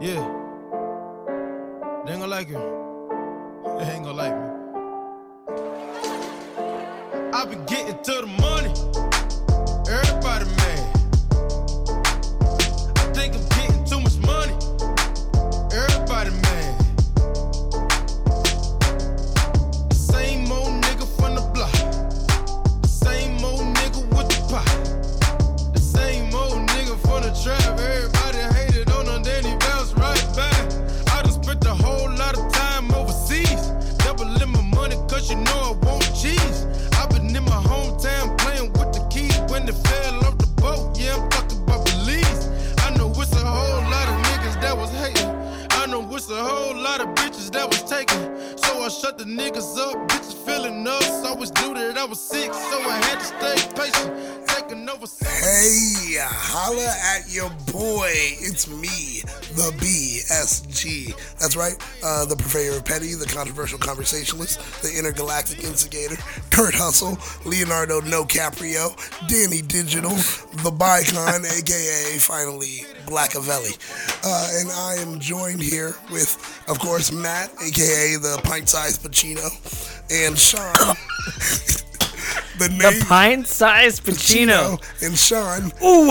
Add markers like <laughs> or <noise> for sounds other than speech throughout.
Yeah. They ain't gonna like you. They ain't gonna like me. I been getting to the money. Everybody mad. I think I'm getting too much money. Everybody mad. Same old nigga from the block. Same old nigga with the pot. The same old nigga from the trap. Everybody hated on him, then he bounced right back. I just spent a whole lot of time overseas. Doubling my money, cause you know I want cheese. i been in my hometown playing with the keys when they fell off the boat. Yeah, I'm talking about Belize. I know it's a whole lot of niggas that was hating. I know it's a whole lot of bitches that was taking. So I shut the niggas up, bitches feeling us. Always knew that I was sick, so I had to stay patient. Taking over. Hey, holla at your boy. It's me, the BSG. That's right, uh, the purveyor of petty, the controversial conversationalist, the intergalactic instigator, Kurt Hustle, Leonardo No Caprio, Danny Digital, the Bicon, aka finally Blackavelli. Uh, and I am joined here with, of course, Matt, aka the pint sized Pacino, and Sean. <laughs> The, name- The pint-sized Pacino. and Sean. Ooh,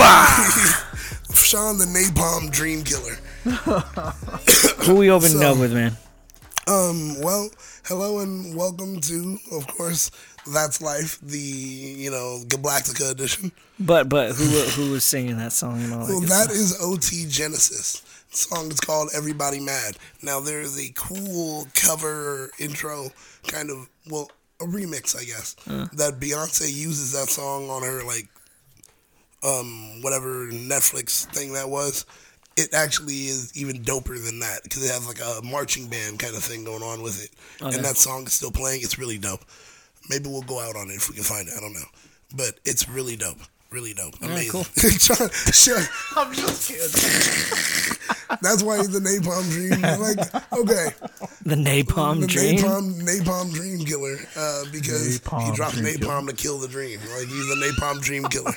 <laughs> Sean the Napalm Dream Killer. Who we opening So- up with, man? Um, well, hello and welcome to, of course, That's Life, the, you know, Galactica edition. But but who who was singing that song and all that? Well, good that stuff? is OT Genesis. The song is called Everybody Mad. Now, there is a cool cover intro kind of, well, a remix, I guess, that Beyonce uses that song on her, like, um, whatever Netflix thing that was. It actually is even doper than that because it has like a marching band kind of thing going on with it. And that song is still playing. It's really dope. Maybe we'll go out on it if we can find it. I don't know. But it's really dope. Really dope. Amazing. <laughs> cool. John, Sean, I'm just kidding. That's why he's the Napalm Dream. Like, okay. the Napalm The Dream. Napalm, Napalm Dream Killer uh, because he Napalm dropped Dream Napalm to kill the dream. Like he's the Napalm Dream Killer.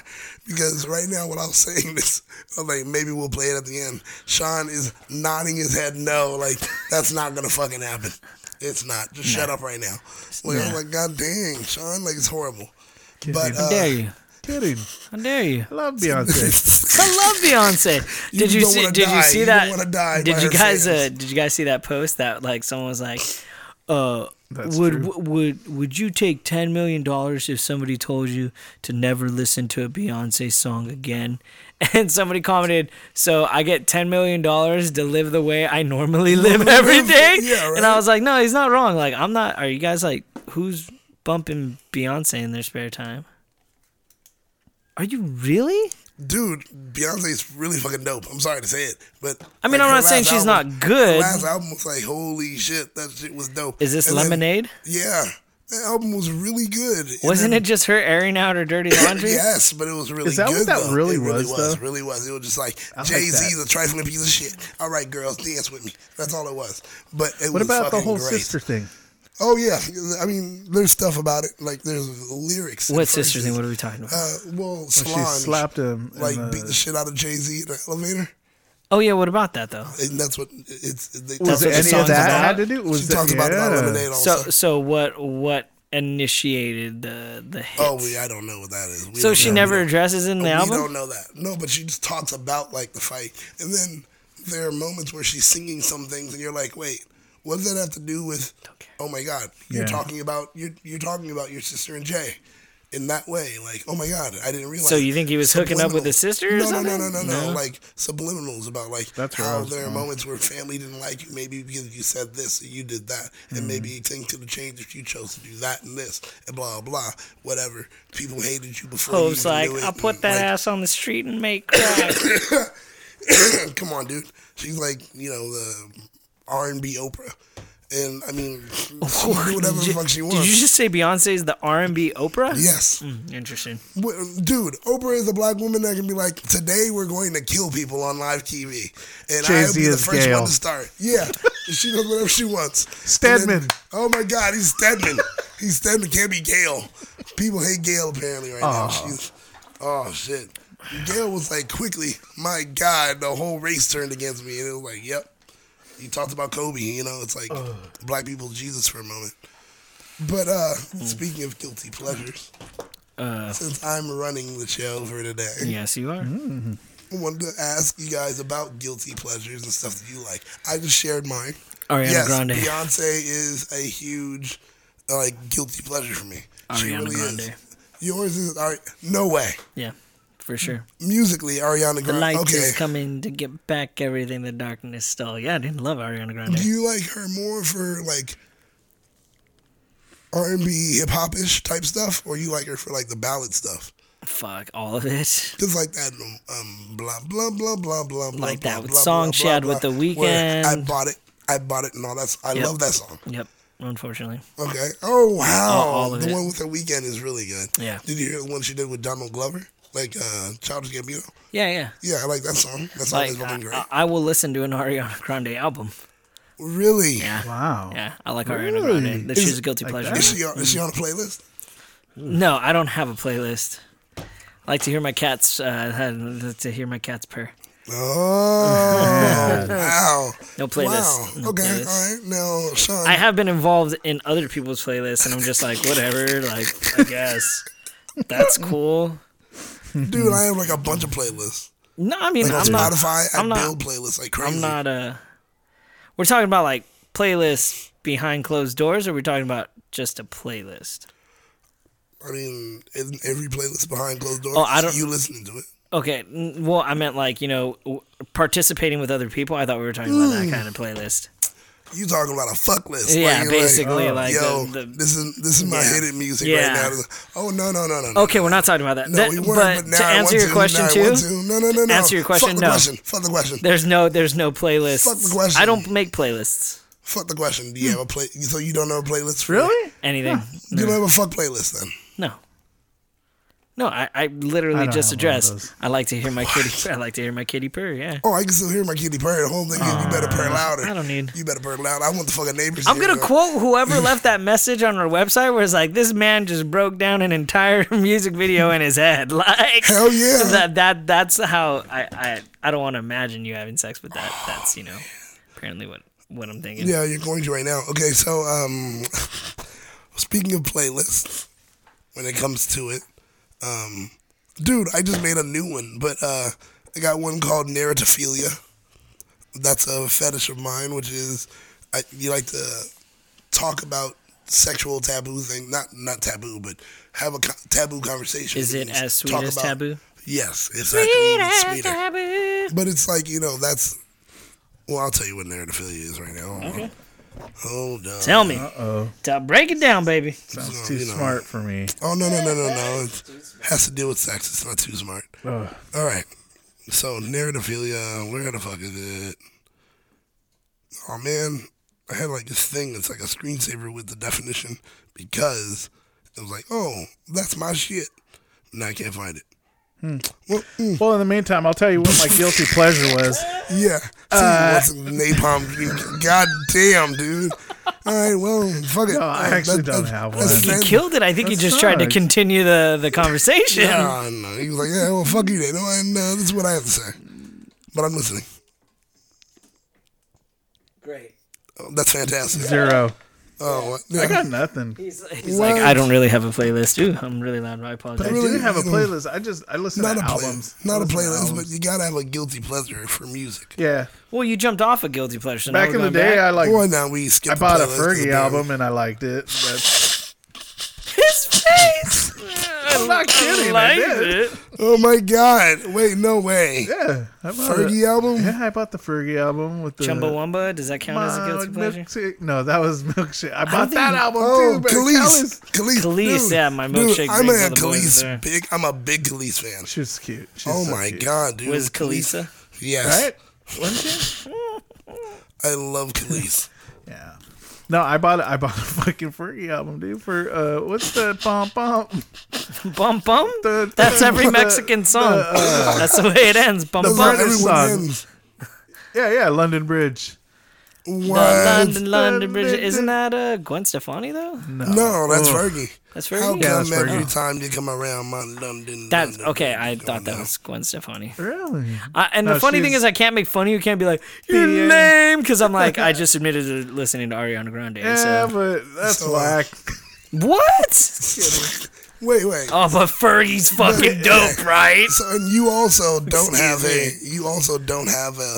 because right now, when I was saying this, I was like, maybe we'll play it at the end. Sean is nodding his head no, like that's not gonna fucking happen. It's not. Just shut up right now. Like, I'm Nah. like, God dang, Sean, like it's horrible. But me. How uh, dare you? Kidding. How dare you? I love <laughs> Beyonce. uh, I love <laughs> Beyonce. Did you, don't see? wanna Did die. you see You don't that? wanna die by did her you guys? Uh, fans. did you guys see that post that like someone was like, uh, That's would true. w- would would you take ten million dollars if somebody told you to never listen to a Beyonce song again? <laughs> And somebody commented, "So I get ten million dollars to live the way I normally live every day." Yeah, And I right. was like, "No, he's not wrong. Like I'm not. Are you guys like who's bumping Beyonce in their spare time? Are you really?" dude, Beyonce's really fucking dope. I'm sorry to say it, but I mean, I'm her not saying last she's album- not good. Her last album was like, holy shit, that shit was dope. Is this And then- Lemonade? yeah, that album was really good. And Wasn't then- it just her airing out her dirty <coughs> laundry? Yes, but it was really Is that good. what that though. really it really was, was though? really was. It was just like like Jay Z's that. a trifling piece of shit. All right, girls, dance with me. That's all it was. But it What was about the fucking whole great. sister thing? Oh yeah, I mean, there's stuff about it. Like there's lyrics. and What sister thing? verses. What are we talking about? Uh, well, She Solange slapped him. in like the- beat the shit out of Jay Z in the elevator. oh yeah, what about that though? and that's what it's. They That's was there what the any song's of that about. had to do? Was she that, talks about it on yeah. Lemonade also. So so what what initiated the the hit? oh, we, I don't know what that is. We so don't she know. never We don't- addresses it in the we album. don't know that. No, but she just talks about like the fight, and then there are moments where she's singing some things, and you're like, wait, what does that have to do with? Oh my God, you're Yeah. talking about you're you're talking about your sister and Jay. In that way, like, oh my God, I didn't realize. So you think he was hooking up Subliminal. with his sister or no, something? No, no, no, no, no, Like subliminals about like That's where I how was there are going. moments where family didn't like you, maybe because you said this or you did that, and maybe things could have changed if you chose to do that and this and blah blah whatever. People hated you before. you Hope's even Oh, like, knew it. I'll put and, that like, ass on the street <coughs> and make cry. <laughs> Come on, dude. She's like you know the R and B Oprah, and I <laughs> mean she can do whatever the fuck she Did wants. you just say Beyonce is the R and B Oprah? yes. Hmm, Interesting. Wh- Dude, Oprah is a black woman that can be like, today we're going to kill people on live TV. And I'll Jay-Z be the is first Gayle. one to start. Yeah. <laughs> she does whatever she wants. Stedman. And then- oh my God, he's Stedman. he's Stedman. Can't be Gail. People hate Gail apparently right now. She's, oh, shit. Gail was like, quickly, my God, the whole race turned against me. And it was like, yep. You talked about Kobe, you know, it's like black people Jesus for a moment. But uh speaking of guilty pleasures, since I'm running the show for today, Yes, you are. Mm-hmm. I wanted to ask you guys about guilty pleasures and stuff that you like. I just shared mine. Ariana yes, Grande. Beyonce is a huge uh, like guilty pleasure for me. she Ariana really is. Grande. Yours is all right, no way. Yeah, for sure. Musically, Ariana The light Grande. Okay. is coming to get back everything the darkness stole. Yeah, I didn't love Ariana Grande. Do you like her more for like R and B hip hop ish type stuff, or you like her for like the ballad stuff? Fuck all of it. <laughs> Cause like that, um, um, blah blah blah blah blah blah. Like blah, that with blah, song blah, she blah, had with blah, The where I Weeknd. bought it. I bought it and all that. I Yep. love that song. Yep. Unfortunately, Okay. Oh wow, All- all of the it. one with the weekend is really good. Yeah. Did you hear the one she did with Donald Glover, like uh, Childish Gambino? yeah, yeah. Yeah, I like that song. That song Like uh, is fucking I, great. I- I will listen to an Ariana Grande album. really? Yeah, Wow. yeah. I like Ariana Really? Grande. That Is- she's a guilty like pleasure. that? Is she on, is she on a <laughs> playlist? No, I don't have a playlist. I like to hear my cats. Uh, to hear my cats purr. <laughs> Oh wow! No playlist. Wow. No okay. playlist. All right. Now, Sean. I have been involved in other people's playlists, and I'm just like, whatever. Like, I guess that's cool. dude, I have like a bunch of playlists. No, I mean, Like on I'm not. Spotify, I'm I not- build playlists like crazy. I'm not. Uh, we're talking about like playlists behind closed doors, or we're talking about just a playlist. I mean, isn't every playlist behind closed doors? Oh, I don't- You listening to it? Okay. n- Well, I meant like you know w- participating with other people. I thought we were talking about Mm. that kind of playlist. You talking about a fuck list? Yeah, you're basically, like, yo, the- the- this is this is my Yeah. hidden music Yeah. right now. Oh no no no no. no. Okay, we're not talking about that. No, That- we weren't, but, but, now to I want answer your to, question now I too, want to. No, no, no, no. answer your question, Fuck the no. question. Fuck the question. there's no there's no playlist. Fuck the question. I don't make playlists. Fuck the question. Do you have a play? So you don't have a playlist? For Really? Anything. You don't have a fuck playlist then? No. No, I, I literally I don't just have one of addressed. those. I like to hear my kitty. I like to hear my kitty purr. Yeah. Oh, I can still hear my kitty purr. The whole thing is you better purr louder. I don't need- You better purr louder. I want the fucking neighbors. to I'm hear gonna it. <laughs> quote whoever left that message on our website, where it's like, "This man just broke down an entire <laughs> music video in his head." <laughs> Like, Hell yeah. <laughs> That that that's how I I, I don't want to imagine you having sex, but that that's you know, apparently what what I'm thinking. Yeah, you're going to right now. Okay, so um, <laughs> speaking of playlists, when it comes to it, um, dude, I just made a new one, but uh, I got one called narratophilia. That's a fetish of mine, which is I, you like to talk about sexual taboo thing, not not taboo, but have a co- taboo conversation. Is it as sweet Talk as taboo? Yes, it's actually even sweeter. But it's like you know that's. Well, I'll tell you what narratophilia is right now. Hold on. Okay. Hold on. Tell me. Oh, Tell- break it down, baby. sounds So, too you know. smart for me. Oh no no no no no! It has to deal with sex. It's not too smart. Ugh. All right. So narratophilia. Where the fuck is it? Oh man, I had like this thing. that's like a screensaver with the definition because it was like, oh, that's my shit. Now I can't find it. Well, mm, Well, in the meantime, I'll tell you what my guilty pleasure was. yeah. See, Uh, what's in napalm dream? God damn, dude. All right. Well, fuck it. No, I All right, actually don't have that's one. the He end. killed it. I think he That just tried to sucks. continue the the conversation. Yeah, no. He was like, yeah, well, fuck you then. No, and uh, this is what I have to say. But I'm listening. Great. Oh, that's fantastic. Zero. Oh, what- yeah. I got nothing. He's, he's What? like, I don't really have a playlist. Ooh, I'm really loud. I apologize. I Really, do have a you know, playlist. I just I listen not to a albums. playlist, not I a listen to playlist, but albums. you gotta have a guilty pleasure for music. yeah. Well, you jumped off a guilty pleasure. so now Back we're in the going day, back. I like well, now we skip. I bought a the playlist, Fergie but- album and I liked it. That's, his face. <laughs> I'm not kidding. I Like did. it. <laughs> Oh my god! Wait, no way. Yeah, I bought Fergie it. album. Yeah, I bought the Fergie album with the Chumbawamba. Does that count as a guilty My pleasure? milkshake- No, that was milkshake. I bought think- that album Oh, too. but Khalees. Khalees. Kelly's- Khalees, dude. yeah, my Dude, milkshake I'm brings all a the boys there. Khalees big. I'm a big Khalees fan. She was cute. She's oh so my cute. god, dude. Was Khalees- <laughs> Kalisa? Yes, Right? Wasn't she? I love Khalees. Yeah. No, I bought it. I bought a <laughs> fucking Fergie album, dude. For uh, what's the bump bump? Bum bum. The- That's the- every the- Mexican song. the, uh, <laughs> That's the way it ends. Bum That's how bum. Brothers everyone song. ends. Yeah, yeah, London Bridge. What? London, London Bridge. Isn't that uh, Gwen Stefani though? No, No, that's Ugh. Fergie. That's very How neat. Yeah, that's come very every good. time you come around, my London? That's London, okay. I London's thought going that down? was Gwen Stefani. Really? I, and the No, funny thing she's- is, I can't make fun of you. Can't be like you're Yeah. lame because I'm like <laughs> I just admitted to listening to Ariana Grande. so. Yeah, but that's So- whack. what? Wait, wait. Oh, but Fergie's <laughs> fucking dope, right? So and you also don't Excuse have a. me. You also don't have a.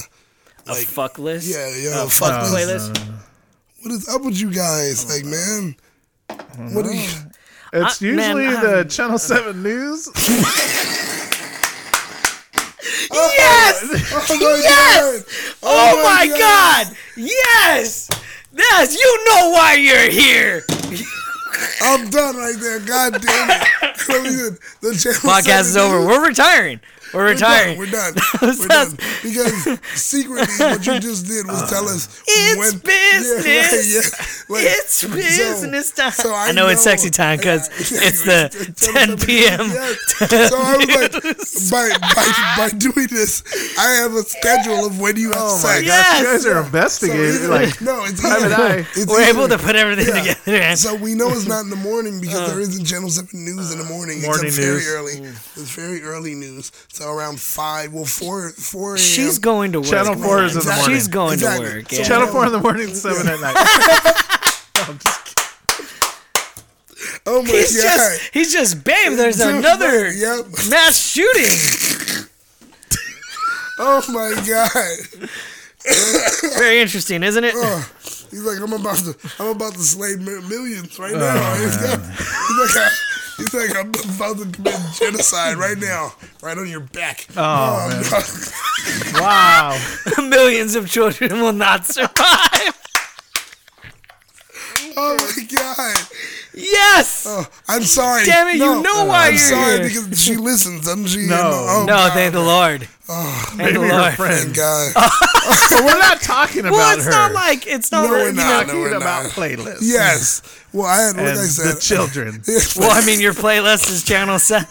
Like, Fuck list. yeah, yeah. Oh, fuck fuck this. playlist. What is up with you guys? Like, man. What are you? It's I- man, usually the I'm- Channel <laughs> Seven News. Uh, Yes! <laughs> Oh my Yes! god! Oh my god! Yes! Yes! You know why <laughs> you're here! I'm done right there. God damn it. <laughs> Clemson, the channel Podcast is seven over. news. We're retiring. We're We're done. retiring. We're <laughs> done. was We're done. just- Because secretly, what you just did was tell us <laughs> It's when. <laughs> business. Yeah, right, yeah. Like, It's so- business time. so I, know, it's sexy time because <laughs> Yeah, it's the channel seven 10 p.m. <laughs> news, yes. So I was like, by, by, by doing this, I have a schedule of when you have Oh my sex. gosh, you Yes! guys are So investigating. either- like, no, it's private either, eye. it's We're either- able to put everything yeah. together. Man. So we know it's not in the <laughs> morning because there isn't Channel Seven news in the morning. Uh. Morning except very news. Mm. early. It's very early news. So around five, well four four a.m. She's going to work. Channel man. four is in the morning. She's going Exactly. to work. So Yeah. Channel Four in the morning, seven <laughs> at night. I'm just kidding. Oh my he's god! just he's just babe. There's <laughs> Dude, another Yep. mass shooting. Oh my god! Very interesting, isn't it? Oh. He's like, I'm about to, I'm about to slay mi- millions Oh, right now. <laughs> He's got- he's like, I, he's like, I'm about to commit genocide right now, right on your back. Oh, man. no. Wow. <laughs> Millions of children will not <laughs> survive. <laughs> oh my god! Yes. Oh, I'm sorry. Damn it, you know why I'm you're sorry here. because she listens, doesn't she? No. oh, no, God. Oh, thank the Lord. thank the Maybe her Lord. friend. Thank God. But we're not talking about Well, it's her. not like it's not. No, like, we're you not. know, talking no, we're about not. playlists. Yes. Well, I had, like And I said, <laughs> the children. Well, I mean, your playlist is channel set.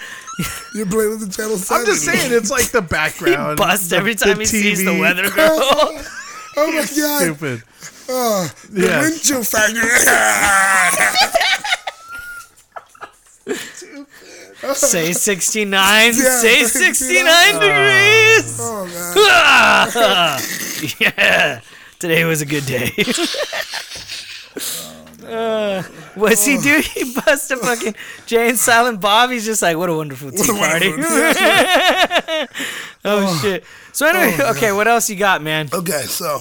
you're playing with the channel. I'm just seven. saying, <laughs> it's like the background. Bust the- every the time he sees the <laughs> TV. weather girl. Oh my God! Oh, Stupid. The yeah. windshield <laughs> factor. say 69. Yeah, say 69 69. degrees. oh man. <laughs> yeah. Today was a good day. Oh, <laughs> Uh, what's he do? He busts a fucking Jane Silent Bob. He's just like, what a wonderful <laughs> tea What a party. wonderful- yeah. <laughs> oh shit. So anyway, okay, what else you got, man? okay, so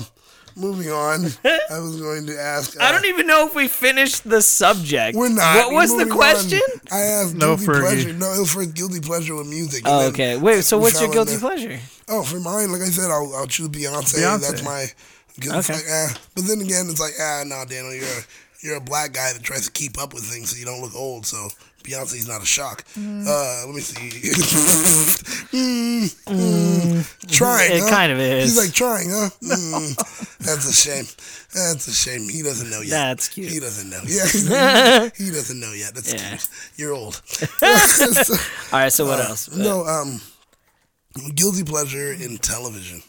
moving <laughs> on. I was going to ask. Uh, I don't even know if we finished the subject. We're not. What was the Moving on. question? I asked No guilty Fergie. pleasure. No, it was for guilty pleasure with music. and Oh, then okay. Wait. So we what's your fell guilty into- pleasure? Oh, for mine, like I said, I'll, I'll choose Beyonce. Beyonce. That's my. Cause it's Okay. like, ah. But then again, it's like, ah, nah, Daniel, you're a, you're a black guy that tries to keep up with things so you don't look old. So Beyonce's not a shock. Uh, let me see. <laughs> Mm, mm. Trying. It huh? kind of is. He's like trying, <laughs> huh? Mm, that's a shame. That's a shame. He doesn't know yet. That's cute. He doesn't know. <laughs> <laughs> Yeah. he doesn't know yet. That's Yeah. cute. You're <laughs> old. <laughs> All right. So what else? uh, Uh, No, um, guilty pleasure in television.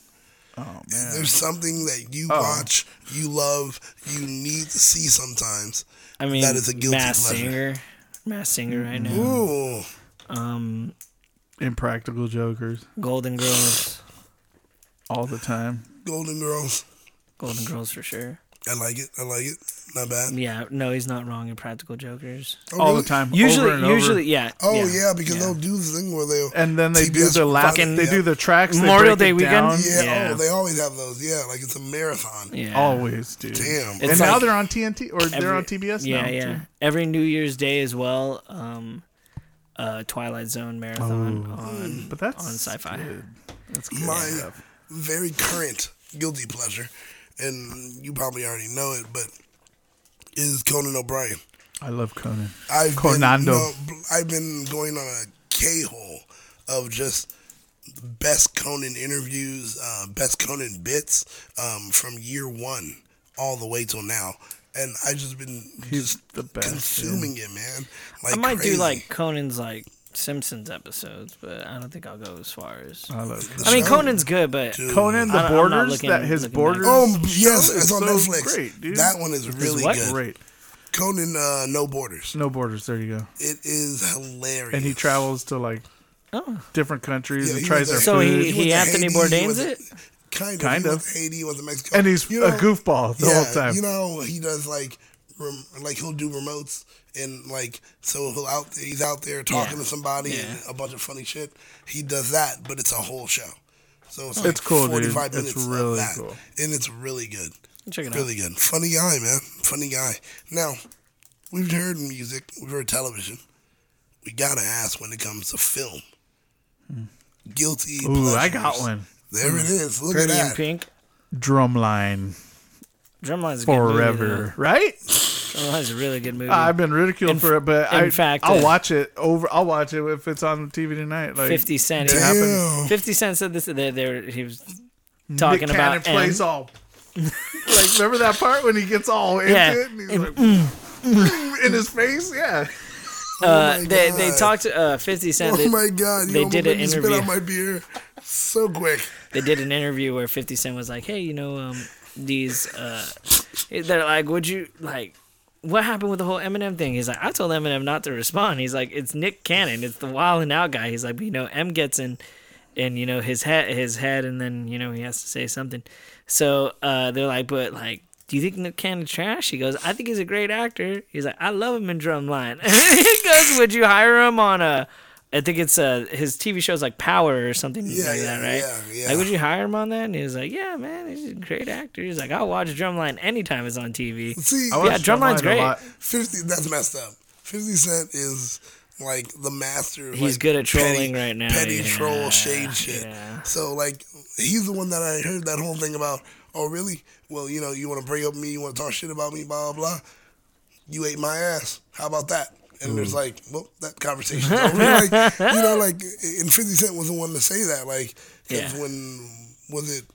Oh man. Oh. There's something that you watch, you love, you need to see sometimes. I mean, that is a guilty Mass pleasure. Singer. Mass Singer right now. Ooh, Um, Impractical Jokers Golden Girls. all the time. Golden Girls. Golden Girls for sure. I like it. I like it. Not bad. Yeah, no, he's not wrong in Practical Jokers. Oh, All really? the time. Usually, over and over. usually, yeah. Oh yeah, because yeah. they'll do the thing where they And then they do TBS the laugh. fucking- They do the tracks. Memorial Memorial Day Day weekend? weekend. yeah, yeah. Oh, they always have those. Yeah, like it's a marathon. yeah. Always, dude. Damn. And It's now like they're on TNT or they're on Every- TBS Yeah, now. yeah. too. Every New Year's Day as well. Um, uh, Twilight Zone marathon on But that's on Sci-Fi. That's good My- stuff. very current guilty pleasure, and you probably already know it, but is Conan O'Brien. I love Conan. I've Been, Conando. no, I've been going on a K hole of just best Conan interviews, uh, best Conan bits um, from year one all the way till now. And I just been He's just the best. consuming it, man. Like I might crazy. do like Conan's like Simpsons episodes, but I don't think I'll go as far as. yeah. I love Conan. I mean, show. Conan's good, but I Conan the don't- I'm not Borders. looking- that his looking back. Borders. Oh yes, show is it's on so Netflix. great, dude. That one is really what? good. Great. Conan uh, No Borders. No borders. There you go. It is hilarious. And he travels to like different countries Yeah, and he tries was their a- Oh. So food. he- went to Anthony Bourdain's was- it? Kind of. Kind he of. went to Haiti, he was in Mexico. and he's You know- a goofball the whole time. You know, he does like, rem, like he'll do remotes and like, so he'll out he's out there talking Yeah. to somebody and Yeah. a bunch of funny shit. He does that, but it's a whole show. So it's, It's like cool, dude. 45 It's minutes of really that. cool. And it's really good. Check it out. Really good. Funny guy, man. Funny guy. Now, we've heard music, we've heard television. We gotta ask when it comes to film. Guilty. Hmm. Ooh, I got pleasures. one. There it is. Look Pretty in at that. pink. Drumline Drumline's a good movie, forever, right? though. Drumline's a really good movie. I've been ridiculed In- for it, but in I, fact, I'll uh, watch it over. I'll watch it if it's on TV tonight. Like Fifty Cent. it happens. Damn. 50 Cent said this. They, they were, he was talking Nick Cannon about. M. plays all. like remember that part when he gets all into Yeah. mm, it and he's like, mm, in his face? Yeah. my uh, they, they God. talked uh, 50 Cent. Oh they, my god! You they almost did made an me spit interview. out my beer so quick. they did an interview where 50 Cent was like, hey, you know, um, these, uh, they're like, would you, like, what happened with the whole Eminem thing? He's like, I told Eminem not to respond. He's like, it's Nick Cannon. It's the wild and out guy. He's like, but, you know, M gets in, and, you know, his head, his head, and then, you know, he has to say something. So uh, they're like, but, like, do you think Nick Cannon's trash? He goes, I think he's a great actor. He's like, I love him in Drumline. <laughs> he goes, would you hire him on a, I think it's uh, his TV show's like Power or something Yeah, like yeah, that, right? yeah, yeah. Like, would you hire him on that? And he was like, Yeah, man, he's a great actor. He's like, I'll watch Drumline anytime it's on TV. See, I watch <laughs> Yeah, Drumline's Drumline a great. lot. fifty. That's messed up. Fifty Cent is like the master. Of, He's like, good at trolling petty- right now, Petty yeah, troll shade shit. yeah. So like, he's the one that I heard that whole thing about. Oh really? Well, you know, you want to bring up me, you want to talk shit about me, blah blah. blah. You ate my ass. How about that? And there's like, well, that conversation's over. like, you know, like, and Fifty Cent was the one to say that. Like, 'cause Yeah. when was it?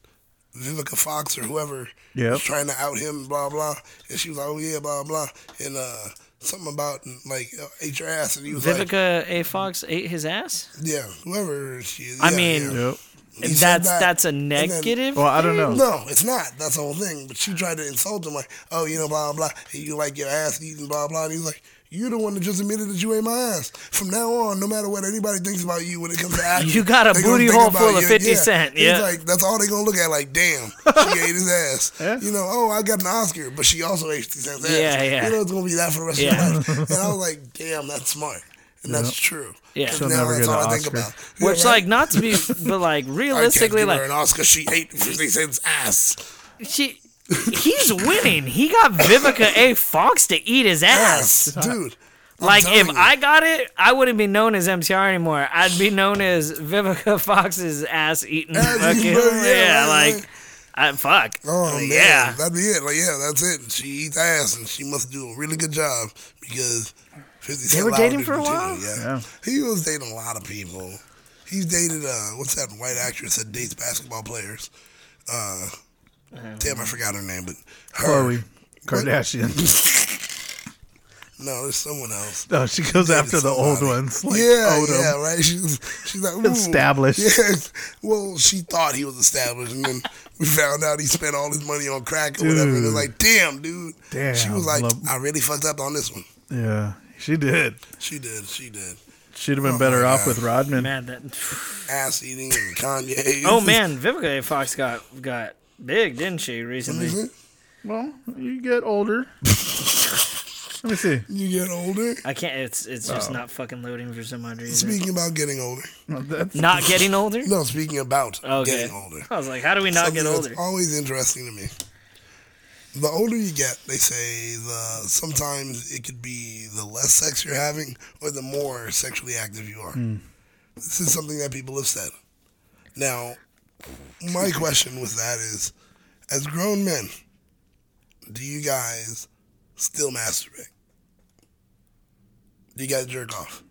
Vivica Fox or whoever Yep. was trying to out him, blah blah. And she was like, "Oh yeah, blah blah," and uh, something about like uh, ate your ass, and he was like, Vivica A. Fox ate his ass? "Yeah, whoever she is." I yeah, mean, yeah." Yep. He said that's that, that's a and then- negative. Well, I don't know. no, it's not. That's the whole thing. But she tried to insult him, like, "Oh, you know, blah blah, and you like your ass eaten, blah blah." And he's like. You're the one that just admitted that you ate my ass. From now on, no matter what anybody thinks about you when it comes to acting, You got a they gonna booty think hole about full of you. 50 Cent, He's yeah. like that's all they gonna look at. Like, damn, <laughs> she ate his ass. Yeah. You know, oh, I got an Oscar, but she also ate 50 Cent's ass. Yeah, yeah. You know, it's gonna be that for the rest Yeah. <laughs> of your life. And I was like, damn, that's smart, and that's true. Yeah. 'Cause She'll now never that's get all an I think Oscar. about. Yeah, Which, right? like, not to be, but <laughs> like, I can't realistically, give her like, an Oscar. She ate 50 Cent's ass. she, he's winning. He got Vivica A. Fox to eat his ass. ass, <laughs> dude. I'm <laughs> Like if telling you. I got it, I wouldn't be known as MTR anymore. I'd be known as Vivica <laughs> Fox's ass eating. Ass Fucking, eating, yeah, bro, yeah, right, like, I, fuck. Oh man, yeah. that'd be it. Like, yeah, that's it. She eats ass, and she must do a really good job because Fifty Cent were allowed dating it to for a continue, while? Yeah. he was dating a lot of people. He's dated uh, what's that white actress that dates basketball players? Uh, damn, I forgot her name, but <laughs> her. Chloe Kardashian. <laughs> No, there's someone else. no, Oh, she goes <laughs> after the old somebody. ones. Like yeah, Odom. yeah, right. <laughs> She's she's like "Ooh." Established. Yes. Well, she thought he was established, and then we found out he spent all his money on crack or whatever. And it was Dude. like, damn, dude. Damn, She was like, love- I really fucked up on this one. Yeah, she did. Oh She did. She did. She'd have been better my off God. with Rodman. Mad that. Ass eating <laughs> and Kanye. Oh man, Vivica A. Fox got got big, didn't she recently? Well, you <laughs> get older. Let me see. You get older. I can't. It's it's just Oh. not fucking loading for some odd reason. Speaking about getting older. No, that's- Not getting older. No, speaking about okay. getting older. I was like, how do we not Something get that's older? always interesting to me. The older you get, they say the sometimes it could be the less sex you're having or the more sexually active you are. This is something that people have said. Now, my question with that is, as grown men, do you guys still masturbate? Do you guys jerk off?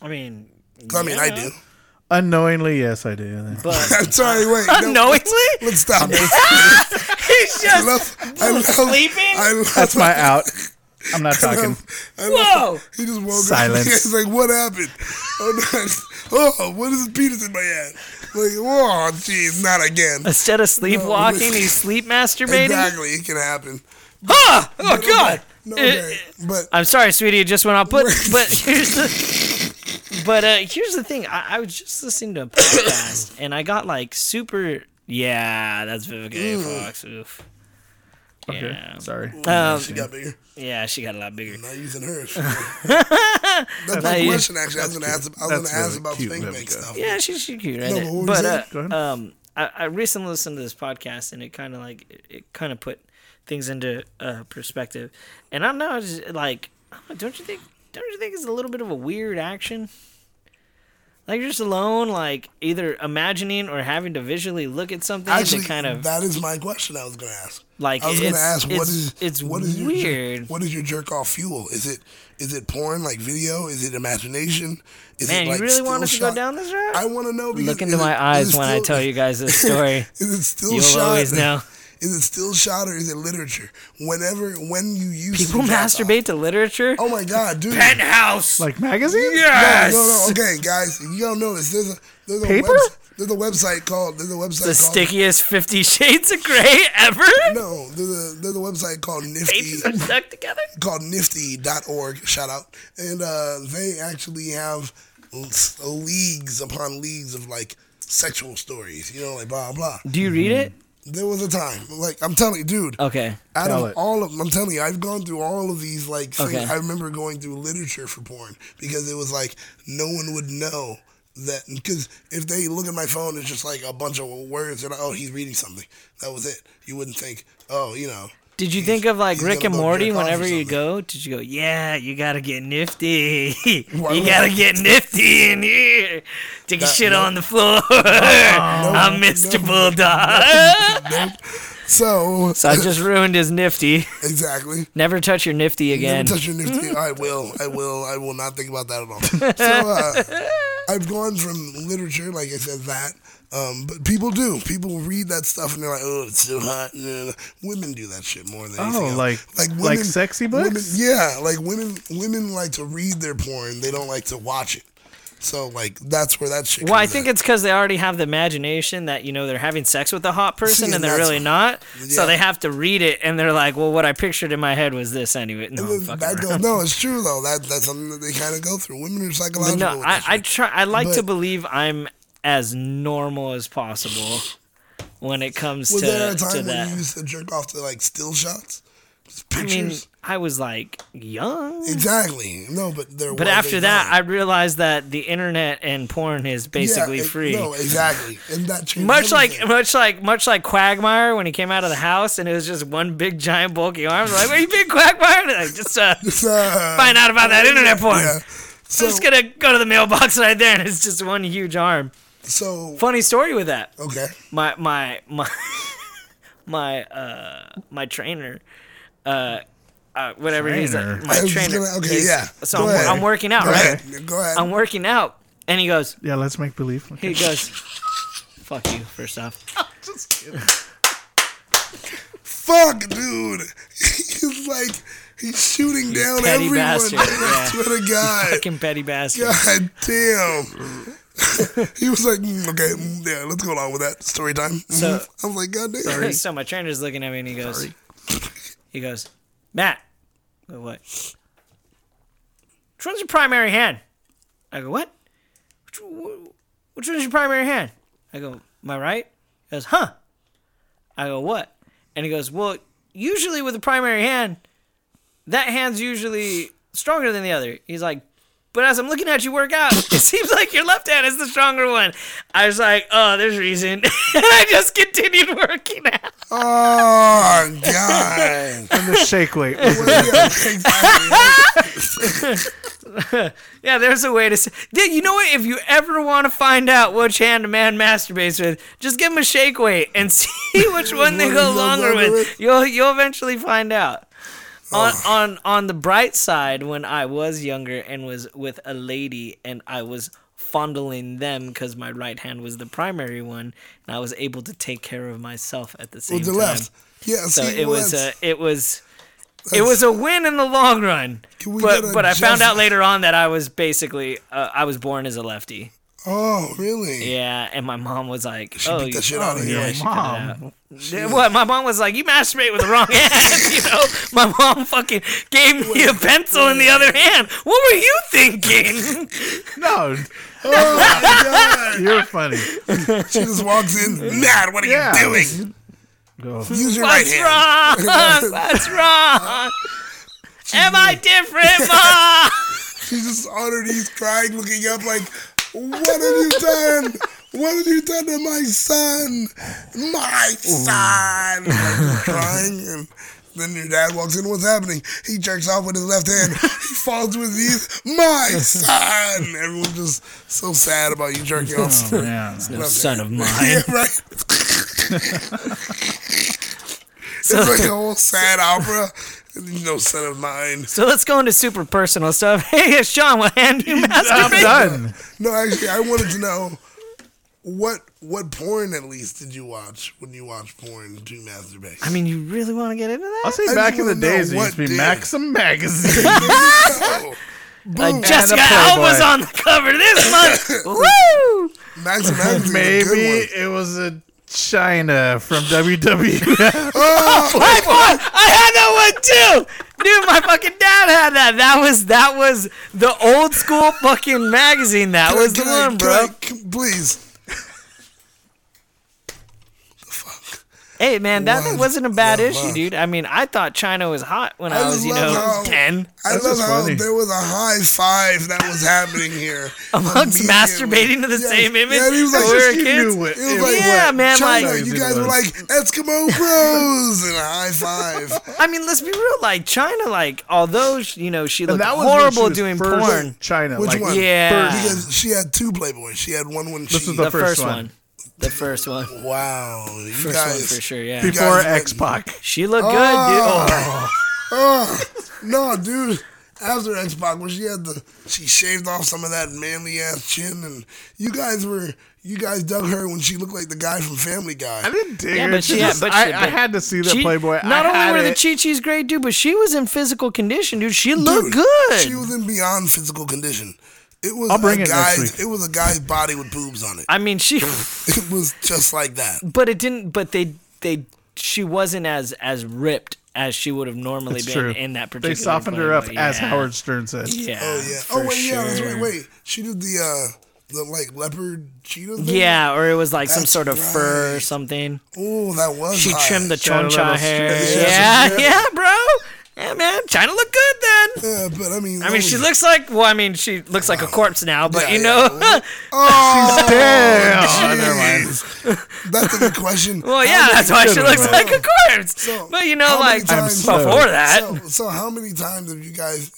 I mean, 'Cause I mean, I yeah, do. <laughs> Unknowingly, yes, I do. But I'm sorry. Wait. <laughs> no, <laughs> unknowingly, <laughs> Let's <laughs> stop this. he's I just love, I love, sleeping? I love, That's my out. <laughs> I'm not talking. I Whoa! love- He just woke Silence. up. <laughs> He's like, what happened? <laughs> Oh, no, oh, what is penis in my ass? Like, oh, jeez, not again. instead of sleepwalking, he's sleep masturbating. Exactly, it can happen. Ah! Oh God! No, Eh, okay. But I'm sorry, sweetie. It just went off. But but here's the but uh, here's the thing. I, I was just listening to a <coughs> podcast and I got like super. Yeah, that's Vivica A. Fox. Oof. Okay, Yeah. sorry. Um, she got bigger. yeah, she got a lot bigger. Not using <laughs> hers. That's my you- question. Actually, I was gonna ask. I was That's gonna really ask about cute, Spank Vivica. Bank stuff. Yeah, she's she cute, right? No, there. but what was but that? Go uh, ahead. um, I, I recently listened to this podcast and it kind of like it, it kind of put things into uh, perspective. And I don't know, I just like, I don't know, don't you think? Don't you think it's a little bit of a weird action? Like you're just alone, like either imagining or having to visually look at something Actually, to kind of that is my question. I was gonna ask. Like, I was gonna it's- ask, what it's- is it's what is your jer- weird. what is your jerk off fuel? Is it is it porn like video? Is it imagination? Is man, it like you really still want us to shot? go down this road? I want to know. Because look is into it- my is eyes it when I still- tell you guys <laughs> this story. Is it still You'll shot? always know. <laughs> Is it still shot or is it literature? Whenever when you use People masturbate to literature. Oh my god, <laughs> dude! Penthouse. Like magazines? yes. No, no, okay, guys, you don't know this. There's a there's a Paper? webs- there's a website called there's a website the called stickiest Fifty Shades of Grey ever. no there's a, there's a website called Nifty Pages <laughs> are stuck together. called Nifty.org. Shout out, and uh, they actually have l- leagues upon leagues of like sexual stories. You know, like blah blah. Do you read it? There was a time, like I'm telling you, dude. Okay. Out Oh, Tell of it. all of, I'm telling you, I've gone through all of these like things. Okay. I remember going through literature for porn because it was like no one would know that because if they look at my phone, it's just like a bunch of words and oh, he's reading something. That was it. You wouldn't think, oh, you know, Did you think of like he's Rick gonna and go Morty jerk off or whenever you something. go? Did you go, yeah, you gotta <laughs> get nifty. you would gotta I- get nifty in here. Take your That- shit no. on the floor. <laughs> I'm Mr. no. <laughs> Bulldog. nope. So so I just ruined his nifty. exactly. Never touch your nifty Never again. Mm-hmm. touch your nifty. I will. I will. I will not think about that at all. <laughs> So uh, I've gone from literature, like I said, that. Um, but people do. People read that stuff and they're like, "Oh, it's so hot." No, no, no. Women do that shit more than anything Oh, else. like- like sexy books? Women, yeah, like women. Women like to read their porn. They don't like to watch it. So like that's where that shit. Well, I comes think at. it's because they already have the imagination that you know they're having sex with a hot <laughs> person See, and and they're that's- really not. So yeah. they have to read it and they're like, "Well, what I pictured in my head was this anyway." No, I'm fucking That around. go, no, it's true though. That that's something that they kind of go through. Women are But psychological. no, with I, that I shit. try. I like to But- believe I'm as normal as possible when it comes Was to, there a to time when you that. used to jerk off to like still shots, Just I mean, pictures? I was like young, exactly. No, but there. was but after a that, time. I realized that the internet and porn is basically Yeah, it- free. No, exactly, and that changed Much like, everything. much like, much like Quagmire when he came out of the house and it was just one big giant bulky arm. Like, where you been, Quagmire? And like, <laughs> just uh, So, uh, find out about that internet porn. Yeah. So, So, I'm just gonna go to the mailbox right there, and it's just one huge arm. so Funny story with that. okay. my my my <laughs> my uh my trainer uh, uh whatever he's Trainer? like, my I was trainer gonna- okay, he's- yeah. so Go I'm, ahead. I'm working out Go right ahead. Go ahead. i'm working out and he goes Yeah, let's make believe. he Okay. <laughs> goes fuck you first off Fuck, dude. <laughs> He's like he's shooting down petty everyone. bastard, <laughs> yeah. I swear to <laughs> God. fucking petty bastard God <laughs> damn. <laughs> he was like, mm, okay, mm, yeah, let's go along with that story time. Mm-hmm. So- I was like, God damn. <laughs> so my trainer's looking at me and he goes he goes matt I go what which one's your primary hand i go what which, wh- which one's your primary hand i go my right he goes huh i go what and he goes well usually with the primary hand that hand's usually stronger than the other he's like but as I'm looking at you work out, <laughs> it seems like your left hand is the stronger one. I was like, oh, there's reason. <laughs> and I just continued working out. Oh <laughs> God! The shake weight. was it? Yeah, <laughs> exactly. Yeah, there's a way to say. Dude, you know what? If you ever want to find out which hand a man masturbates with, just give him a shake weight and <laughs> see which one they What go he goes longer longer with. with? You'll you'll eventually find out. On, Oh. on on the bright side, when I was younger and was with a lady and I was fondling them because my right hand was the primary one and I was able to take care of myself at the same With the time. left. Yeah, <laughs> So see, it well, was uh, a that's- it was it was a win in the long run. Can we But get a but I found just- out later on that I was basically uh, I was born as a lefty. Oh, really? Yeah, and my mom was like, She "Oh, beat you- that shit out of you. yeah, like, she cut it out. Mom, Yeah, What? My mom was like, "You masturbate with the wrong <laughs> hand." you know, my mom fucking gave me a pencil in the other hand. What were you <laughs> thinking? no, <laughs> oh my you're funny. god! She just walks in. Mad. What are Yeah. you doing? Oh. Use your right What's hand. <laughs> wrong? What's wrong? Am I <laughs> different, mom? She's just on her knees, crying, looking up, like, "What have you done? What have you done to my son? My son!" Like, crying, and then your dad walks in. What's happening? He jerks off with his left hand. He falls to his knees. My son! Everyone's just so sad about you jerking off. Oh, man. No son <laughs> of Yeah, mine. right. it's like a whole sad opera. No son of mine. So let's go into super personal stuff. <laughs> Hey, Sean, what hand do you I'm masturbate? done. No, actually, I wanted to know what what porn at least did you watch when you watch porn to masturbate? <laughs> I mean, you really want to get into that? I'll say I back in wanna the know days, it what used to be did. <laughs> Maxim magazine. No. Like a Jessica Playboy. Alba's on the cover <coughs> this month. Woo! Max and Max is a <laughs> Maybe good one. it was a China from E. <laughs> WWF. Playboy. I had that one too. Dude, my fucking dad had that. That was that was the old school fucking magazine. That was the Can I- can one, bro. I- can- please. Hey man, that What wasn't a bad the issue, fuck? dude. I mean, I thought China was hot when I, I was, you love know, how- <laughs> ten. I That's love just how funny. there was a high five that was happening here <laughs> Amongst immediately. masturbating to the Yes. same image Yeah, he was when like, we were You kids. knew It it. was like, It was- Yeah, man, China, like- you guys were <laughs> like Eskimo bros and a high <laughs> five. I mean, let's be real. Like China, like although sh- you know she And looked that was when she horrible was doing first porn, China, Which like, one? Yeah. first- Because she had two Playboys. She had one when This she. is the, the first, first one. one. the first one, wow, you first one guys. for sure. Yeah, you before guys went- X Pac. she looked good, dude. Oh, No, dude. After Xbox, when she had the, she shaved off some of that manly ass chin, and you guys were, you guys dug her when she looked like the guy from Family I Guy. didn't dig Oh, Yeah, her. but She she had- just- but I, she- I but had to see the She- Playboy. Not I only had were the it. Chi Chi's great, dude, but she was in physical condition, dude. She looked Dude, good. She was in beyond physical condition. It was I'll bring a it next guy's, week. it was a guy's body with boobs on it. I mean, she, It was just like that. but it didn't. But they, they, she wasn't as as ripped as she would have normally It's been true. in that particular. They softened her up, Playboy, as yeah. Howard Stern said. Yeah. Oh yeah. for oh wait, yeah, that's sure. right. Wait, she did the uh the like leopard cheetah thing. Yeah, or it was like some That's sort of fur or right. something. Oh, that was. She high. trimmed the She had a choncha little hair. strip. Yeah, Yeah. yeah, bro. Yeah, man. China looked good then. Yeah, but I mean. I mean, she looks like well, I mean, she looks like a corpse now, but Yeah, you yeah. know, <laughs> Oh, Damn. Oh, never mind. jeez. That's a good question. <laughs> <laughs> well, yeah, that's why she could've looks been? like a corpse. So, but you know, how many like times- I'm before that, So, so how many times have you guys?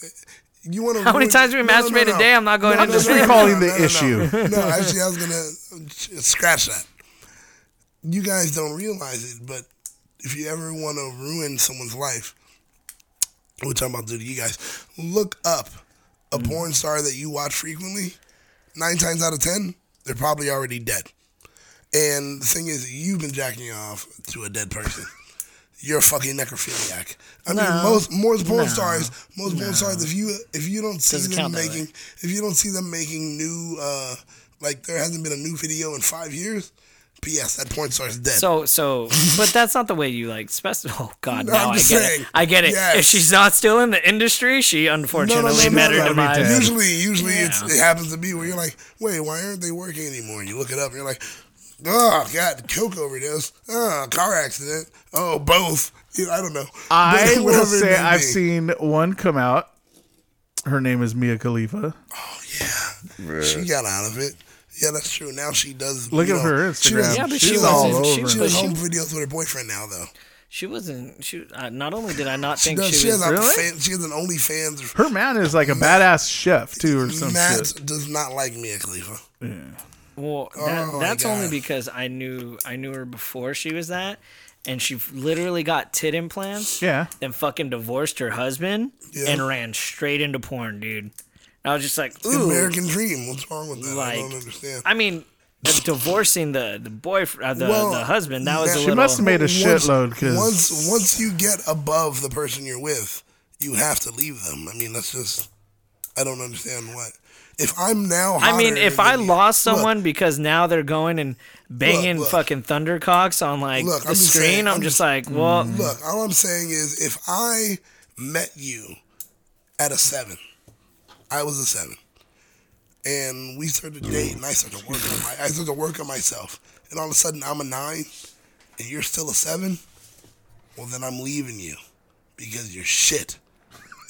You want to? how many times we masturbate a day? I'm not going No, into no, this. no, no, recalling no, the no, no. issue. No, actually, I was <laughs> gonna uh, scratch that. You guys don't realize it, but if you ever want to ruin someone's life, which I'm about to do to you guys, look up a Hmm. porn star that you watch frequently. Nine times out of ten, they're probably already dead. And the thing is, you've been jacking off to a dead person. You're a fucking necrophiliac. I mean, most most porn stars, most porn stars. If you if you don't see Doesn't them count that way. making, if you don't see them making new, uh, like there hasn't been a new video in five years. P.S. That porn star's dead. <laughs> So, so, but that's not the way you like specify. <laughs> Oh God, No, no, I'm I get just saying. it. I get it. If Yes. she's not still in the industry, she unfortunately met her no, no, no. demise. Usually, usually it's, it happens to be where you're like, wait, why aren't they working anymore? And you look it up and you're like, oh, God, coke overdose. Oh, car accident. Oh, both. You know, I don't know. <laughs> I But will whatever it say may I've be. seen one come out. Her name is Mia Khalifa. She got out of it. Yeah, that's true. Now she does. Look you at know, her She Instagram. does, Yeah, but she she does wasn't- all she over. was- She but does she- home videos with her boyfriend now, though. She wasn't. She uh, not only did I not think Does- she, she, was. has a Really? fan, she has an OnlyFans. Her man is like a badass chef too, or some Matt shit. does not like Mia Khalifa. Well, that, Oh my that's only God. because I knew I knew her before she was that, and she f- literally got tit implants. Yeah. Then fucking divorced her husband Yeah. and ran straight into porn, dude. And I was just like, The ooh, American Dream. What's wrong with that? I Like, don't understand. I mean, divorcing the the boyfriend, uh, the, Well, the husband. That was She a She little. must have made a once- shitload because once once you get above the person you're with, you have to leave them. I mean, that's just I don't understand what If I'm now, I mean, hotter if than I you- lost Look, someone because now they're going and banging look. fucking thundercocks on like Look, the I'm just screen, saying, I'm, I'm just just- like, well, Look, all I'm saying is if I met you at a seven, I was a seven, and we started to date, and I started to work on my, I started to work on myself, and all of a sudden I'm a nine, and you're still a seven. Well, then I'm leaving you because you're shit. <laughs>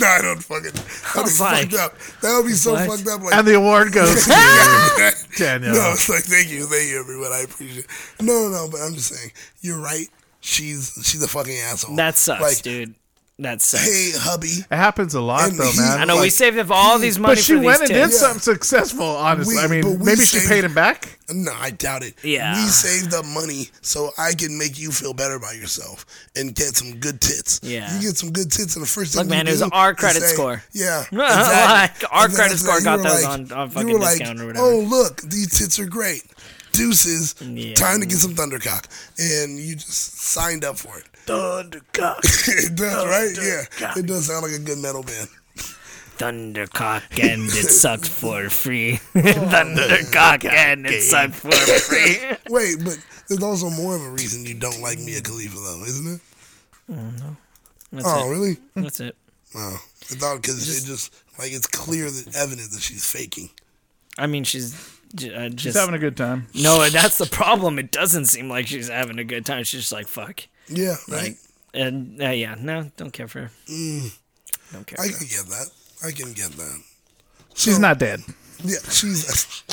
no, I don't fucking. That'd be was like, fucked up. That would be so what? fucked up. Like, <laughs> And the award goes to <laughs> Danielle. no, <laughs> it's like thank you, thank you, everyone. I appreciate. it. No, no, no, but I'm just saying, you're right. She's she's a fucking asshole. that sucks, Like, dude. That sucks. Hey, hubby. It happens a lot And though, he- man. I know we like- saved up all these money but she for these went and did tips. something successful. Honestly, We- I but mean, we maybe she saved- paid him back. No, I doubt it. Yeah. We saved up money so I can make you feel better about yourself and get some good tits. Yeah. You get some good tits, and the first thing Look, you man, it was do our is credit say- score. Yeah. <laughs> Like, exactly. our And then credit after score that, got you were those like- on- on you fucking were like, discount or whatever. Oh, look, these tits are great. Deuces. Yeah. Time to get some Thundercock. And you just signed up for it. <laughs> Thundercock, it does, right? Yeah. It does sound like a good metal band. Thundercock, <laughs> and it sucked for <laughs> free. Thundercock, and it sucked <laughs> for free. Wait, but there's also more of a reason you don't like Mia Khalifa, though, isn't it? That's Oh, it. really? That's it. Wow. I thought because it just like it's clear that evident that she's faking. I mean, she's j- uh, She's just having a good time. <laughs> no. <laughs> That's the problem. It doesn't seem like she's having a good time. She's just like fuck. Yeah, right. And uh, yeah, no, don't care for her. Don't care. Mm. I for her. can get that. I can get that. She's not dead. Yeah, she's.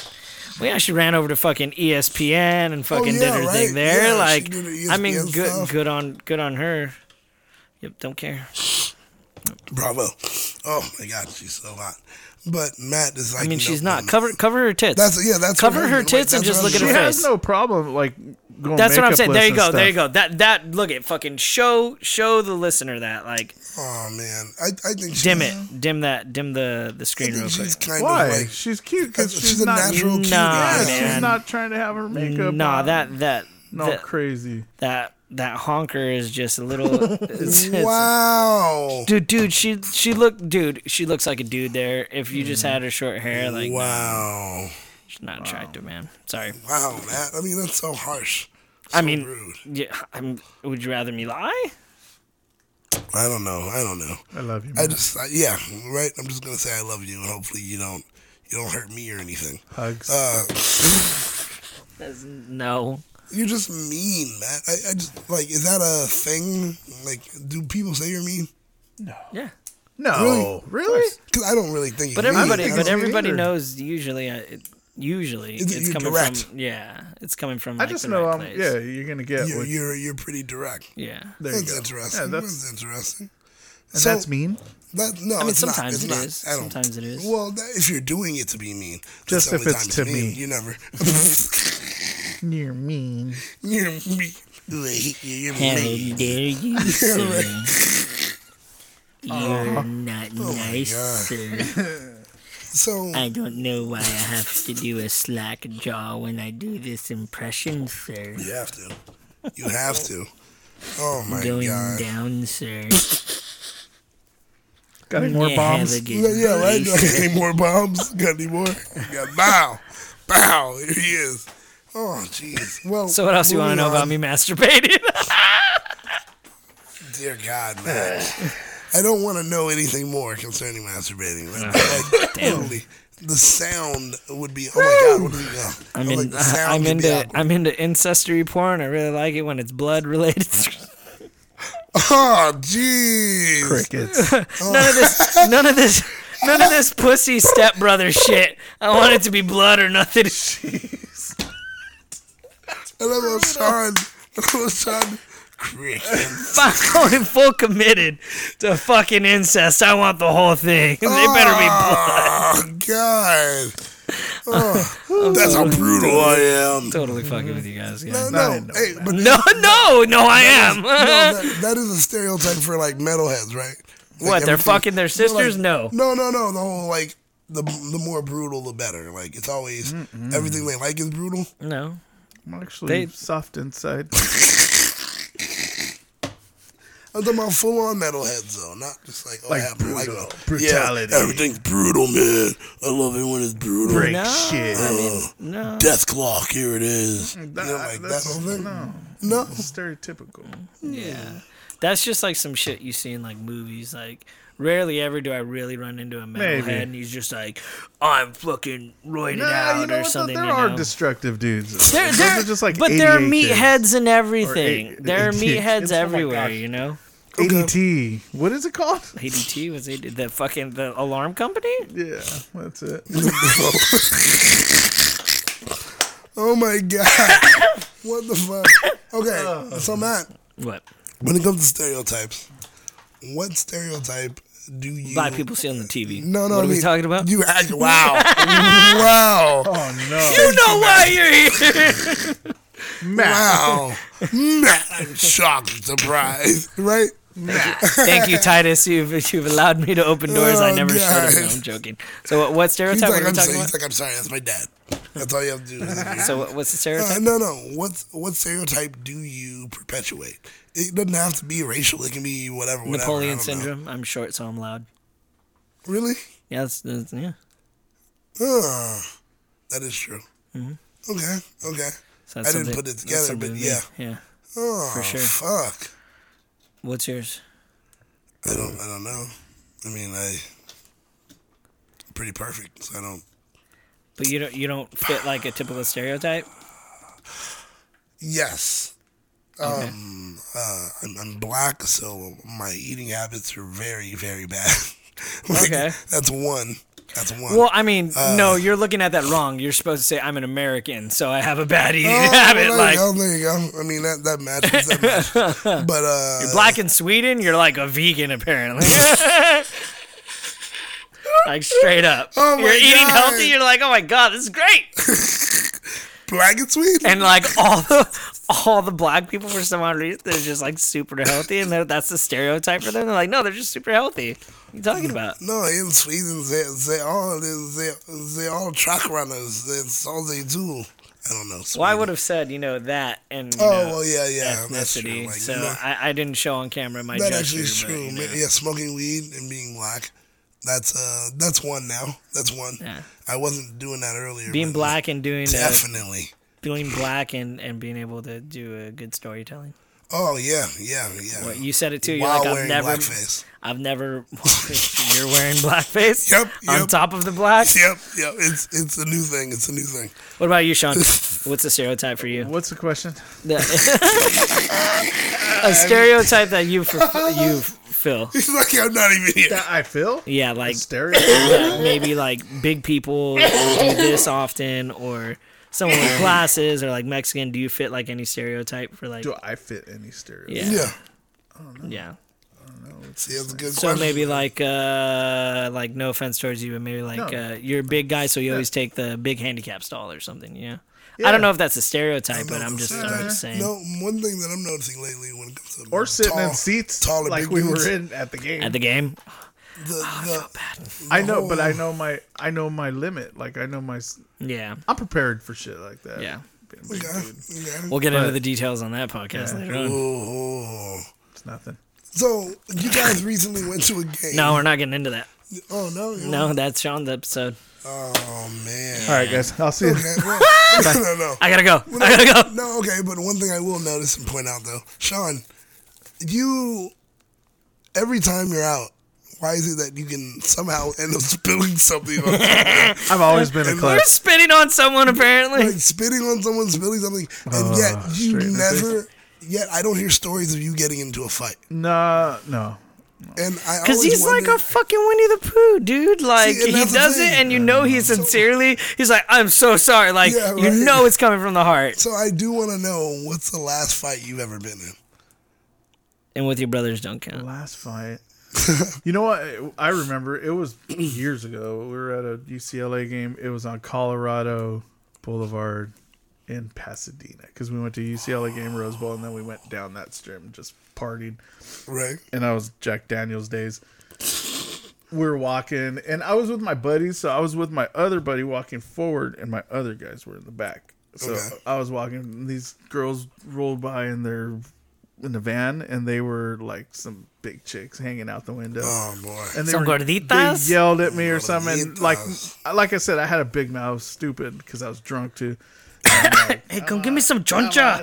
We actually ran over to fucking E ESPN and fucking Oh, yeah, did her right. thing there. Yeah, she like, did E the I mean, ESPN good, stuff. good on, good on her. Yep, don't care. <laughs> Bravo. Oh my God, she's so hot. But Matt is like. I mean, she's no, not no. cover cover her tits. That's yeah. That's Cover what I'm her doing. tits and that's just what look I'm at She her doing. has face. no problem like going. That's what I'm makeup saying. lists There you and go. There you stuff. go. That that look it. Fucking show show the listener that like Oh man, I I think she's, dim it, dim that, dim the the I screen real think <laughs> quick. she's kind Why? of like. she's cute because she's she's, a not. natural cutie. Nah, yeah, yeah, man. she's not trying to have her makeup. Nah, uh, on. that that no that, crazy. that that honker is just a little. <laughs> it's- it's- Wow. Dude, dude, she she looked, dude, she looks like a dude there. If you just had her short hair, like, Mm. no, Wow. she's not attractive, man. Sorry. Wow, Matt. I mean, that's so harsh. I mean, rude. yeah, I'm, would you rather me lie? I don't know. I don't know. I love you. I Man. just I, yeah, right. I'm just gonna say I love you, and hopefully you don't you don't hurt me or anything. Hugs. Uh, That's- No. you're just mean, Matt. I, I just like is that a thing? Like, do people say you're mean? Yeah. no, really? Because I don't really think. But you're mean. everybody, I but don't- every- everybody either. knows usually, uh, it, usually Is it it's you coming direct? from, yeah, it's coming from, I like, just the know. right I'm, place. yeah, you're gonna get. you're, what- you're you're pretty direct. Yeah. there you That's go. interesting. Yeah, that's, that's, interesting. and so- that's mean. That, no, I mean, it's not. It's sometimes it not. is. I don't- Sometimes it is. Well, that, if you're doing it to be mean, that's Just the if only it's time to mean. me. you <laughs> never. <laughs> You're mean. you're mean. Ooh, I hate you. You're How mean. dare you, sir. <laughs> You're not nice, Uh-huh. Oh God. sir. So I don't know why I have to do a slack jaw when I do this impression, sir. you have to. You have to. Oh my Going god. down, sir. Got any more Yeah, bombs? have a good Yeah, yeah, right. <laughs> day, sir. any more bombs? Got any <laughs> more? Yeah, bow, bow. Here he is. Oh, jeez. Well, So what else you want moving to know about on. me masturbating? Dear God, man, I don't want to know anything more concerning masturbating. Uh, Like, like, totally, the sound would be. Oh my God, what do you know? I'm Oh, in, like, the sound I'm could be into awkward. I'm into incestory porn. I really like it when it's blood related. <laughs> Oh, jeez. <laughs> Crickets. <laughs> Oh. none of this none of this none of this pussy stepbrother shit. I want it to be blood or nothing. I love how Sean. I love how Sean. Crickets. If <laughs> I'm going full committed to fucking incest, I want the whole thing. <laughs> They better be blood. Oh God. <laughs> Oh, that's how brutal I am. Totally fucking with you guys. Yeah. No, I no, didn't know hey, but No, no, no, I no, <laughs> am. that, that is a stereotype for like metalheads, right? Like, What? They're everything- fucking their sisters? No. No, no, no. The whole like the the more brutal, the better. Like it's always everything they like is brutal. No. I'm <laughs> actually They- soft inside. I'm talking about full on metalheads though, not just like oh, Like I have like brutal, yeah, brutality. everything's brutal, man. I love it when it's brutal. Break No, shit. I mean, no. Death clock, here it is. You know, like that that's- whole thing. No, No, <laughs> stereotypical. Yeah. Hmm. That's just like some shit you see in like movies. Like rarely ever do I really run into a metalhead Maybe. and he's just like, I'm fucking roided Nah, out you know or what? though? something. There you are know? destructive dudes. There- Those there- are just like but there are 88 kids. meatheads and everything. Or eight- there are 88 meatheads kids. Oh my everywhere, gosh. you know. ADT. What is it called? <laughs> ADT was ADT, the fucking the alarm company. Yeah, that's it. oh my god, <laughs> what the fuck? Uh. Okay, so Matt, What when it comes to stereotypes, what stereotype do you? black people see on the TV? No, no. What I are we mean, talking about? You, You act. <laughs> Wow, wow, Oh no, know why you're <laughs> here. Matt. wow. Matt, I'm shocked, and surprised, right? Thank you, Titus. You've you've allowed me to open doors I Oh, never should have. No, guys. I'm joking. So what, what He's stereotype like, are we I'm talking sorry. about? He's like, I'm sorry. That's my dad. That's all you have to <laughs> do. is- so what, what's the Uh, stereotype? no, no. What what stereotype do you perpetuate? It doesn't have to be racial. It can be whatever. whatever. I Napoleon don't know. syndrome. I'm short, so I'm loud. Really? Yeah, that's, that's yeah. Uh, that is true. Mm-hmm. Okay. Okay. So I didn't that's something- put it that's together, something but to me. yeah. yeah. Oh, For sure. fuck. What's yours? I don't. I don't know. I mean, I. I'm pretty perfect. So I don't. But you don't you don't fit like a typical stereotype. Yes. Okay. Uh, I'm, I'm black, so my eating habits are very, very bad. <laughs> Like, Okay. That's one. That's one. well, I mean, uh, no, you're looking at that wrong. You're supposed to say I'm an American, so I have a bad eating habit. Oh, There Like you go, there you go. I mean, that that matches. That <laughs> matches. But uh, black in Sweden, you're like a <laughs> vegan apparently. <laughs> like straight up. Oh my you're eating God. healthy. You're like, oh my god, this is great. black and sweet. and like all the all the black people for some odd reason they're just like super healthy and they're- that's the stereotype for them they're like no they're just super healthy what are you Mm. talking about no, in Sweden, they they all they they all truck runners. That's all they do. I don't know. well i Sweden. would have said you know that and you Oh know, well, yeah, yeah, that's true. ethnicity Like, so no, I, I didn't show on camera my that gesture, actually is but, true. you man. know. Yeah, smoking weed and being black. That's uh, that's one now. That's one. Yeah. I wasn't doing that earlier. being but black and doing uh, definitely. being black and and being able to do a good storytelling Oh yeah, yeah, yeah. but you said it too you're While like i've wearing never blackface. i've never <laughs> you're wearing blackface Yep, on yep. top of the black Yep, yep. It's it's a new thing. It's a new thing. <laughs> what about you sean what's the stereotype for you What's the question? a <laughs> stereotype that you fulf- you fill. He's like, I'm not even here. That I feel. Yeah, like Stereotype. that maybe like big people do this often, or someone with glasses, or like Mexican. Do you fit like any stereotype for like? Do I fit any stereotype? Yeah, yeah. Yeah. See, that's a good So question. maybe like uh like no offense towards you, but maybe like No. uh, you're a big guy, so you always take the big handicap stall or something. Yeah. I Yeah. don't know if that's a stereotype, but know I'm if just it's I'm just saying. No, one thing that I'm noticing lately when it comes to Or sitting tall- in seats tall and like big we dudes, were in at the game. At the game, The, Oh, the, I know, but whole- I know my I know my limit. Like I know my s- yeah, I'm prepared for shit like that. yeah. Being a big dude, okay, okay. We'll get into But- the details on that podcast later on. Oh, oh. it's nothing. So you guys recently went to a game. No, we're not getting into that. Oh no. you- No, that's Sean's episode. Oh man. All right, guys. I'll see you. Okay. <laughs> Well, <laughs> no, no, no. I gotta go. I gotta go. <laughs> No, okay, but one thing I will notice and point out though, Sean, you every time you're out, why is it that you can somehow end up spilling something on <laughs> <laughs> I've always been a We're klutz. spitting on someone apparently. like spitting on someone, spilling something, Oh, and yet you straight in the never. Yet I don't hear stories of you getting into a fight, Nah, no. and I Cause always he's like wonder, a fucking Winnie the Pooh, dude. Like See, and he that's the does it, thing. and you know he sincerely. He's like, I'm so sorry. Like Yeah, you right. know it's coming from the heart. So I do want to know what's the last fight you've ever been in. And with your brothers don't count. Last fight. you know what? I remember it was years ago. We were at a UCLA game. It was on Colorado Boulevard in Pasadena because we went to UCLA game Rose Bowl and then we went down that strip and just partied. Right? and I was Jack Daniels days. We were walking, and I was with my buddies, so I was with my other buddy walking forward, and my other guys were in the back. So Okay. I was walking, and these girls rolled by in their in the van, and they were like some big chicks hanging out the window. Oh boy. And they, Some were, they gorditas? yelled at me or something. and, Like, Gorditas. like I said, I had a big mouth, stupid, because I was drunk too. Hey, uh, come give me some <laughs> choncha.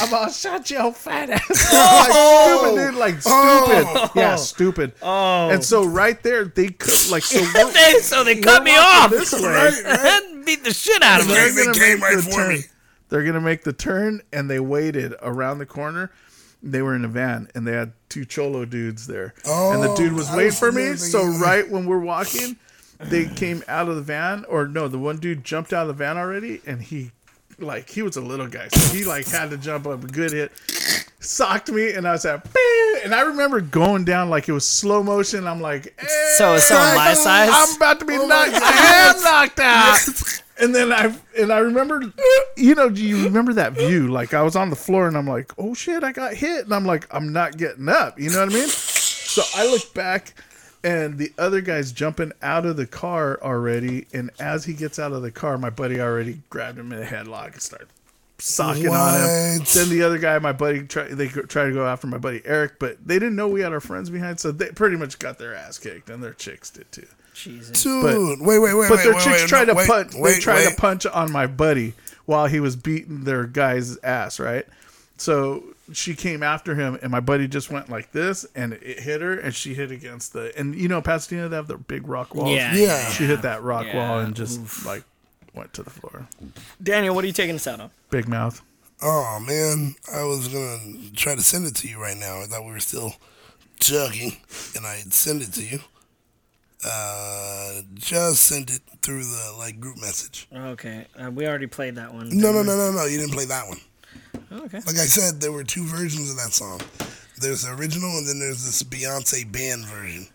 I'm all shut your fat ass. <laughs> like, stupid, dude. Like stupid. Yeah, stupid. Oh. And so right there, they could like so. we're- They- so they cut me we're walking off This way. Right, right. and <laughs> beat the shit out of <laughs> They're me. They gonna came make right the for turn. me. They're gonna make the turn, and they waited around the corner. They were in a van, and they had two cholo dudes there, and the dude was I waiting was for me. wondering- So right when we're walking, they came out of the van, or no, the one dude jumped out of the van already, and he, like, he was a little guy, so he like had to jump up, good hit, socked me, and I was like, "Bing!" and I remember going down like it was slow motion. I'm like, So it's on my "Hey, size? I'm about to be knocked. God. I am knocked out. And then I and I remember, you know, do you remember that view? Like I was on the floor and I'm like, oh shit, I got hit, and I'm like, I'm not getting up. You know what I mean? So I look back, and the other guy's jumping out of the car already. And as he gets out of the car, my buddy already grabbed him in a headlock and started socking on him. What? Then the other guy, my buddy, try, they go- tried to go after my buddy Eric, but they didn't know we had our friends behind, so they pretty much got their ass kicked, and their chicks did too. Jesus. Dude, wait, wait, wait. But wait, their wait, chicks wait, tried no, to wait, punch. they wait, tried wait. to punch on my buddy while he was beating their guy's ass. Right. So she came after him, and my buddy just went like this, and it hit her, and she hit against the. And you know, Pasadena they have their big rock walls. Yeah, yeah. She hit that rock Yeah, wall and just like went to the floor. Daniel, what are you taking us out on? Big mouth. Oh man, I was gonna try to send it to you right now. I thought we were still chugging, and I'd send it to you. Uh, just send it through the like group message. Okay, uh, we already played that one. No, no, no, no, no. You didn't play that one. Okay. Like I said, there were two versions of that song. There's the original, and then there's this Beyonce band version.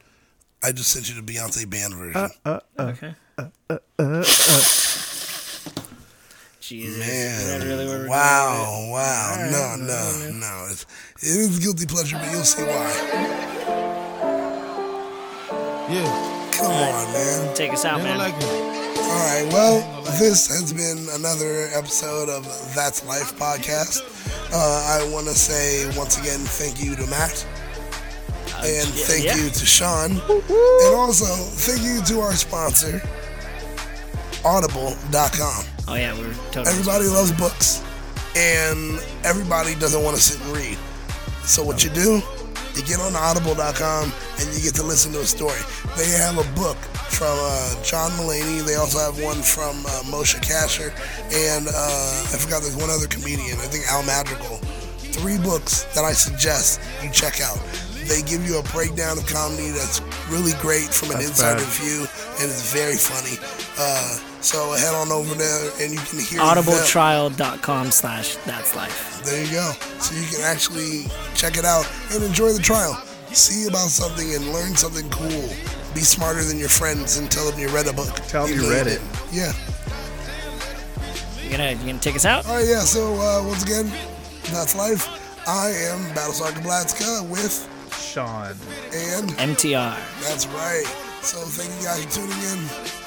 I just sent you the Beyonce Uh, band version. Uh, Okay. Jesus. Is that Man, really where we're wow, wow. no, no, no. It's, it is guilty pleasure, but you'll see why. Yeah, Come on, man. Take us out, they don't man. like it. All right. Well, this has been another episode of That's Life podcast. Uh, I want to say once again, thank you to Matt. And thank Uh, yeah. you to Sean. And also, thank you to our sponsor, Audible.com. oh yeah, we're totally. Everybody loves books, and everybody doesn't want to sit and read. So what you do, you get on Audible.com and you get to listen to a story. They have a book from uh, John Mulaney. They also have one from uh, Moshe Kasher, and uh, I forgot there's one other comedian. I think Al Madrigal. Three books that I suggest you check out. They give you a breakdown of comedy that's really great from an That's inside bad. view, and it's very funny. Uh, so head on over there, and you can hear them. audibletrial.com slash that's life There you go. So you can actually check it out and enjoy the trial. See about something and learn something cool. Be smarter than your friends and tell them you read a book. Tell them you know read it. didn't. Yeah. you gonna you gonna take us out All right. Yeah. So uh, once again, that's life. I am Battlestar Gablatska with Sean. and mtr that's right. So thank you guys for tuning in.